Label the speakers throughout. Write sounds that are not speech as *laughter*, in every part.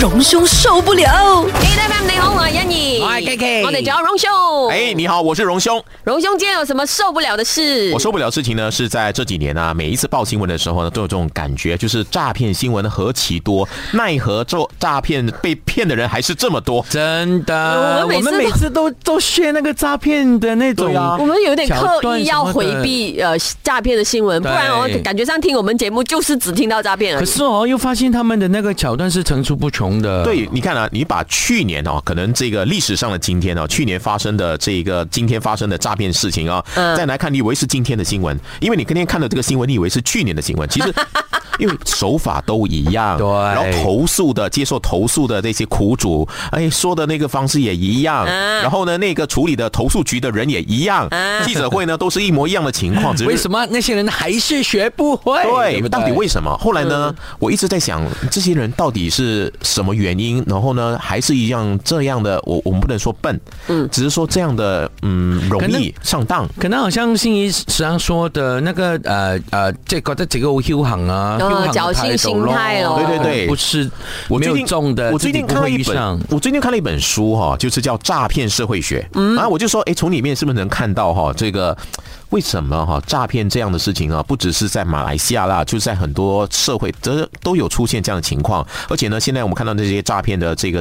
Speaker 1: 隆兄受不了。
Speaker 2: A F M 你好，我系欣怡，
Speaker 3: 我係 KK
Speaker 2: 我哋仲有荣兄，
Speaker 3: 哎、你好，我是荣兄。
Speaker 2: 荣兄今天有什么受不了的事？
Speaker 3: 我受不了事情呢，是在这几年啊，每一次报新闻的时候呢，都有这种感觉，就是诈骗新闻何其多，奈何这诈骗被骗的人还是这么多。
Speaker 4: 真的，
Speaker 2: 我们每次都
Speaker 4: 我们每次都都炫那个诈骗的那种，
Speaker 3: 对啊
Speaker 2: 我们有点
Speaker 4: 桥
Speaker 2: 刻
Speaker 4: 段
Speaker 2: 意
Speaker 4: 什
Speaker 2: 要
Speaker 4: 么的
Speaker 2: 回。避呃诈骗的新闻，不然我
Speaker 4: 对
Speaker 2: 感觉上听我们节目就是只听到诈骗而
Speaker 4: 可
Speaker 2: 已。
Speaker 4: 是哦，又发现他们的那个桥段是层出不穷的。
Speaker 3: 对，你看啊，你把去年哦，可能这个历史上的今天哦，去年发生的这个今天发生的诈骗事情啊、
Speaker 2: 嗯
Speaker 3: 再来看，你以为是今天的新闻，因为你今天看到这个新闻，你以为是去年的新闻，其
Speaker 2: *laughs*
Speaker 3: 实因为手法都一样，
Speaker 4: 对
Speaker 3: 然后投诉的接受投诉的这些苦主，哎，说的那个方式也一样，
Speaker 2: 嗯
Speaker 3: 然后呢，那个处理的投诉局的人也一样，
Speaker 2: 嗯
Speaker 3: 记者会呢都是一模一样的情况，只是
Speaker 4: 为什么那些人还是学不会？
Speaker 3: 对，嗯
Speaker 4: 不
Speaker 3: 到底为什么？后来呢，我一直在想，这些人到底是什么原因？然后呢，还是一样这样的，我我们不能说笨，嗯，只是说这样的，嗯，容
Speaker 4: 可能
Speaker 3: 易上当。
Speaker 4: 可能好像心仪时常说的那个呃呃，即係覺得自己好僥倖啊，
Speaker 2: 嗯
Speaker 4: 僥倖
Speaker 2: 侥幸
Speaker 4: 嘅態度
Speaker 2: 心態咯
Speaker 3: 對對對
Speaker 4: 不是
Speaker 3: 我
Speaker 4: 没
Speaker 3: 最
Speaker 4: 有
Speaker 3: 近
Speaker 4: 中的，
Speaker 3: 我最近
Speaker 4: 自己
Speaker 3: 看
Speaker 4: 不
Speaker 3: 了
Speaker 4: 会
Speaker 3: 一
Speaker 4: 遇
Speaker 3: 本
Speaker 4: 上。，
Speaker 3: 我最近看了一本书哈、就是叫《诈骗社会学》。嗯，啊，我就说，哎，从里面是不是能看到哈、这个为什么哈、诈骗这样的事情啊，不只是在马来西亚啦，就是在很多社会都都有出现这样的情况。而且呢，现在我们看到这些诈骗的这个。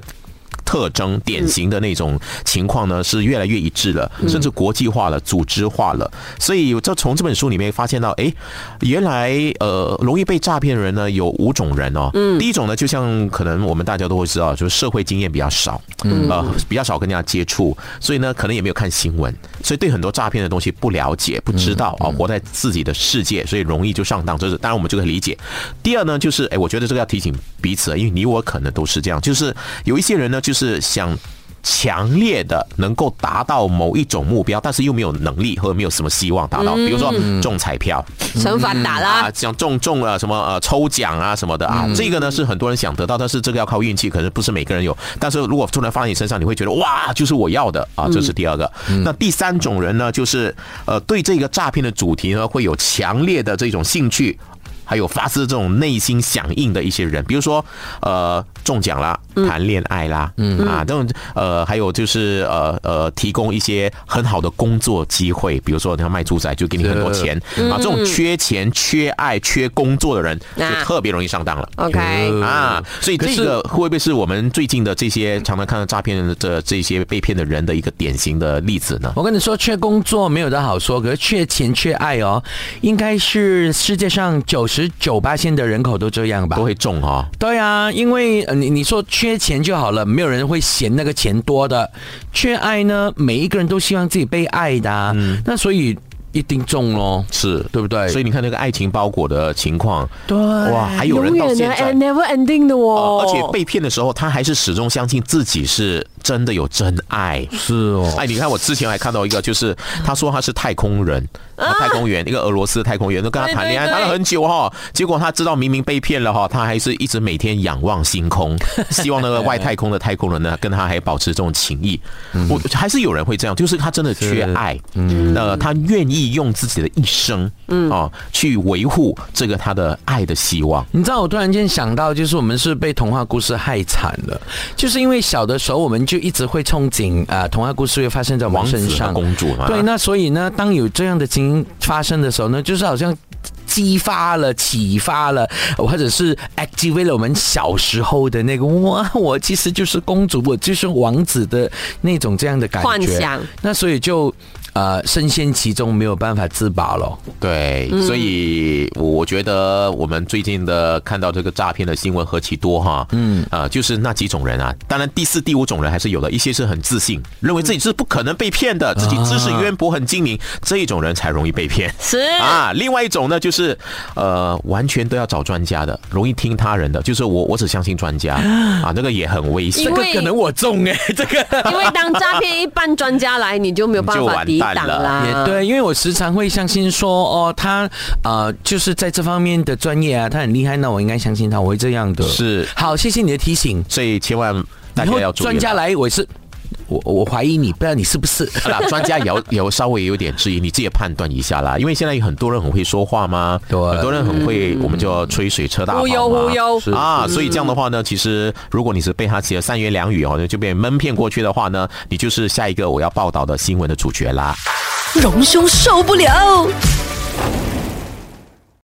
Speaker 3: 特征典型的那种情况呢，是越来越一致了，甚至国际化了、组织化了。所以，这从这本书里面发现到，诶，原来呃，容易被诈骗的人呢有五种人哦。嗯，第一种呢，就像可能我们大家都会知道，就是社会经验比较少，嗯，呃，比较少跟人家接触，所以呢，可能也没有看新闻，所以对很多诈骗的东西不了解、不知道啊、活在自己的世界，所以容易就上当。这是当然，我们就可以理解。第二呢，就是哎诶，我觉得这个要提醒彼此，因为你我可能都是这样，就是有一些人呢，就是想。强烈的能够达到某一种目标，但是又没有能力或没有什么希望达到，比如说中彩票，
Speaker 2: 惩罚打
Speaker 3: 啊
Speaker 2: 啦，，
Speaker 3: 想中中了什么呃抽奖啊什么的啊，这个呢是很多人想得到，但是这个要靠运气，可能不是每个人有。但是如果突然放在你身上，你会觉得哇，就是我要的啊，这是第二个。那第三种人呢，就是呃对这个诈骗的主题呢会有强烈的这种兴趣。还有发自这种内心响应的一些人，比如说，呃，中奖啦，谈恋爱啦，嗯啊，这种呃，还有就是呃呃，提供一些很好的工作机会，比如说你要卖猪仔，就给你很多
Speaker 4: 是嗯
Speaker 3: 钱啊，这种缺钱、缺爱、缺工作的人，就
Speaker 2: 啊
Speaker 3: 特别容易上当了。
Speaker 2: ，OK，
Speaker 4: 呃
Speaker 3: 啊，所以
Speaker 4: 可
Speaker 3: 这
Speaker 4: 是
Speaker 3: 个会不会是我们最近的这些常常看到诈骗的这些被骗的人的一个典型的例子呢？
Speaker 4: 我跟你说，缺工作没有的好说，可是缺钱缺爱哦，应该是世界上九十九八线的人口都这样吧
Speaker 3: 都。会中哦哈、
Speaker 4: 对啊，因为呃你你说缺钱就好了，没有人会嫌那个钱多的。缺爱呢，每一个人都希望自己被爱的、啊，那所以一定中咯，
Speaker 3: 是。
Speaker 4: 对不
Speaker 2: 哎
Speaker 4: 对？
Speaker 3: 所以
Speaker 4: 以
Speaker 3: 你看那个爱情包裹的情况，
Speaker 4: 对，
Speaker 3: 哇，还有人
Speaker 2: 永
Speaker 3: 到
Speaker 2: 远
Speaker 3: 现
Speaker 2: 的
Speaker 3: 在
Speaker 2: and。never ending 的
Speaker 3: 呃
Speaker 2: 哦，
Speaker 3: 而且被骗的时候，他还是始终相信自己是真的有真爱。
Speaker 4: 是哦，
Speaker 3: 哎，你看我之前还看到一个，就是他说他是太空人，啊、太空员，一个俄罗斯的太空员，都跟他谈恋
Speaker 2: 对
Speaker 3: 爱
Speaker 2: 对对
Speaker 3: 谈了很久哈、结果他知道明明被骗了哈、他还是一直每天仰望
Speaker 2: *laughs*
Speaker 3: 星空，希望那个外太空的太空人呢，跟他还保持这种情谊。我还是有人会这样，嗯就是他真的缺爱，嗯，呃，他愿意用自己的一生，嗯啊，去维护这个他的爱的希望。
Speaker 4: 你知道我突然间想到，就是我们是被童话故事害惨了，就是因为小的时候我们就一直会憧憬啊、呃童话故事会发生在我
Speaker 3: 王
Speaker 4: 们
Speaker 3: 子
Speaker 4: 身
Speaker 3: 和
Speaker 4: 上。
Speaker 3: 公主嘛，
Speaker 4: 对，那所以呢，当有这样的情形发生的时候呢，就是好像激发了、启发了，或者是 activate 了我们小时候的那个哇，我其实就是公主，我就是王子的那种这样的感觉。
Speaker 2: 幻想。
Speaker 4: 那所以就呃深陷其中，没有办法自拔了。
Speaker 3: 对，所以我觉得我们最近的看到这个诈骗的新闻何其多哈，嗯，啊，就是那几种人啊，当然第四、第五种人还是有的，一些是很自信，认为自己是不可能被骗的，自己知识渊博、很精明，这一种人才容易被骗。
Speaker 2: 是
Speaker 3: *laughs* 啊，另外一种呢，就是呃，完全都要找专家的，容易听他人的，就是我我只相信专家啊，这个也很危险
Speaker 2: 因
Speaker 4: 这。个
Speaker 2: 为
Speaker 4: 可能我中哎、这个。
Speaker 2: 因为当诈骗一搬专家来，你就没有办法抵挡
Speaker 3: 就完蛋
Speaker 2: 啦。
Speaker 4: 也对，因为我时常会相信说，哦，他呃，就是在这方面的专业啊，他很厉害，那我应该相信他，我会这样的。
Speaker 3: 是
Speaker 4: 好，谢谢你的提醒。
Speaker 3: 所以千万大
Speaker 4: 以后
Speaker 3: 家要注意了。啊
Speaker 4: 专家来，我也是我我怀疑你，不知道你是不是。
Speaker 3: *laughs* 好啦，专家也要也要稍微有点质疑，你自己判断一下啦。因为现在有很多人很会说话嘛，
Speaker 4: 对
Speaker 3: 很多人很会，我们就要吹水车大炮
Speaker 2: 忽悠忽悠是
Speaker 3: 嘛，啊，所以这样的话呢，其实如果你是被他写三言两语哦，就被蒙骗过去的话呢，你就是下一个我要报道的新闻的主角啦。
Speaker 1: 荣兄受不了。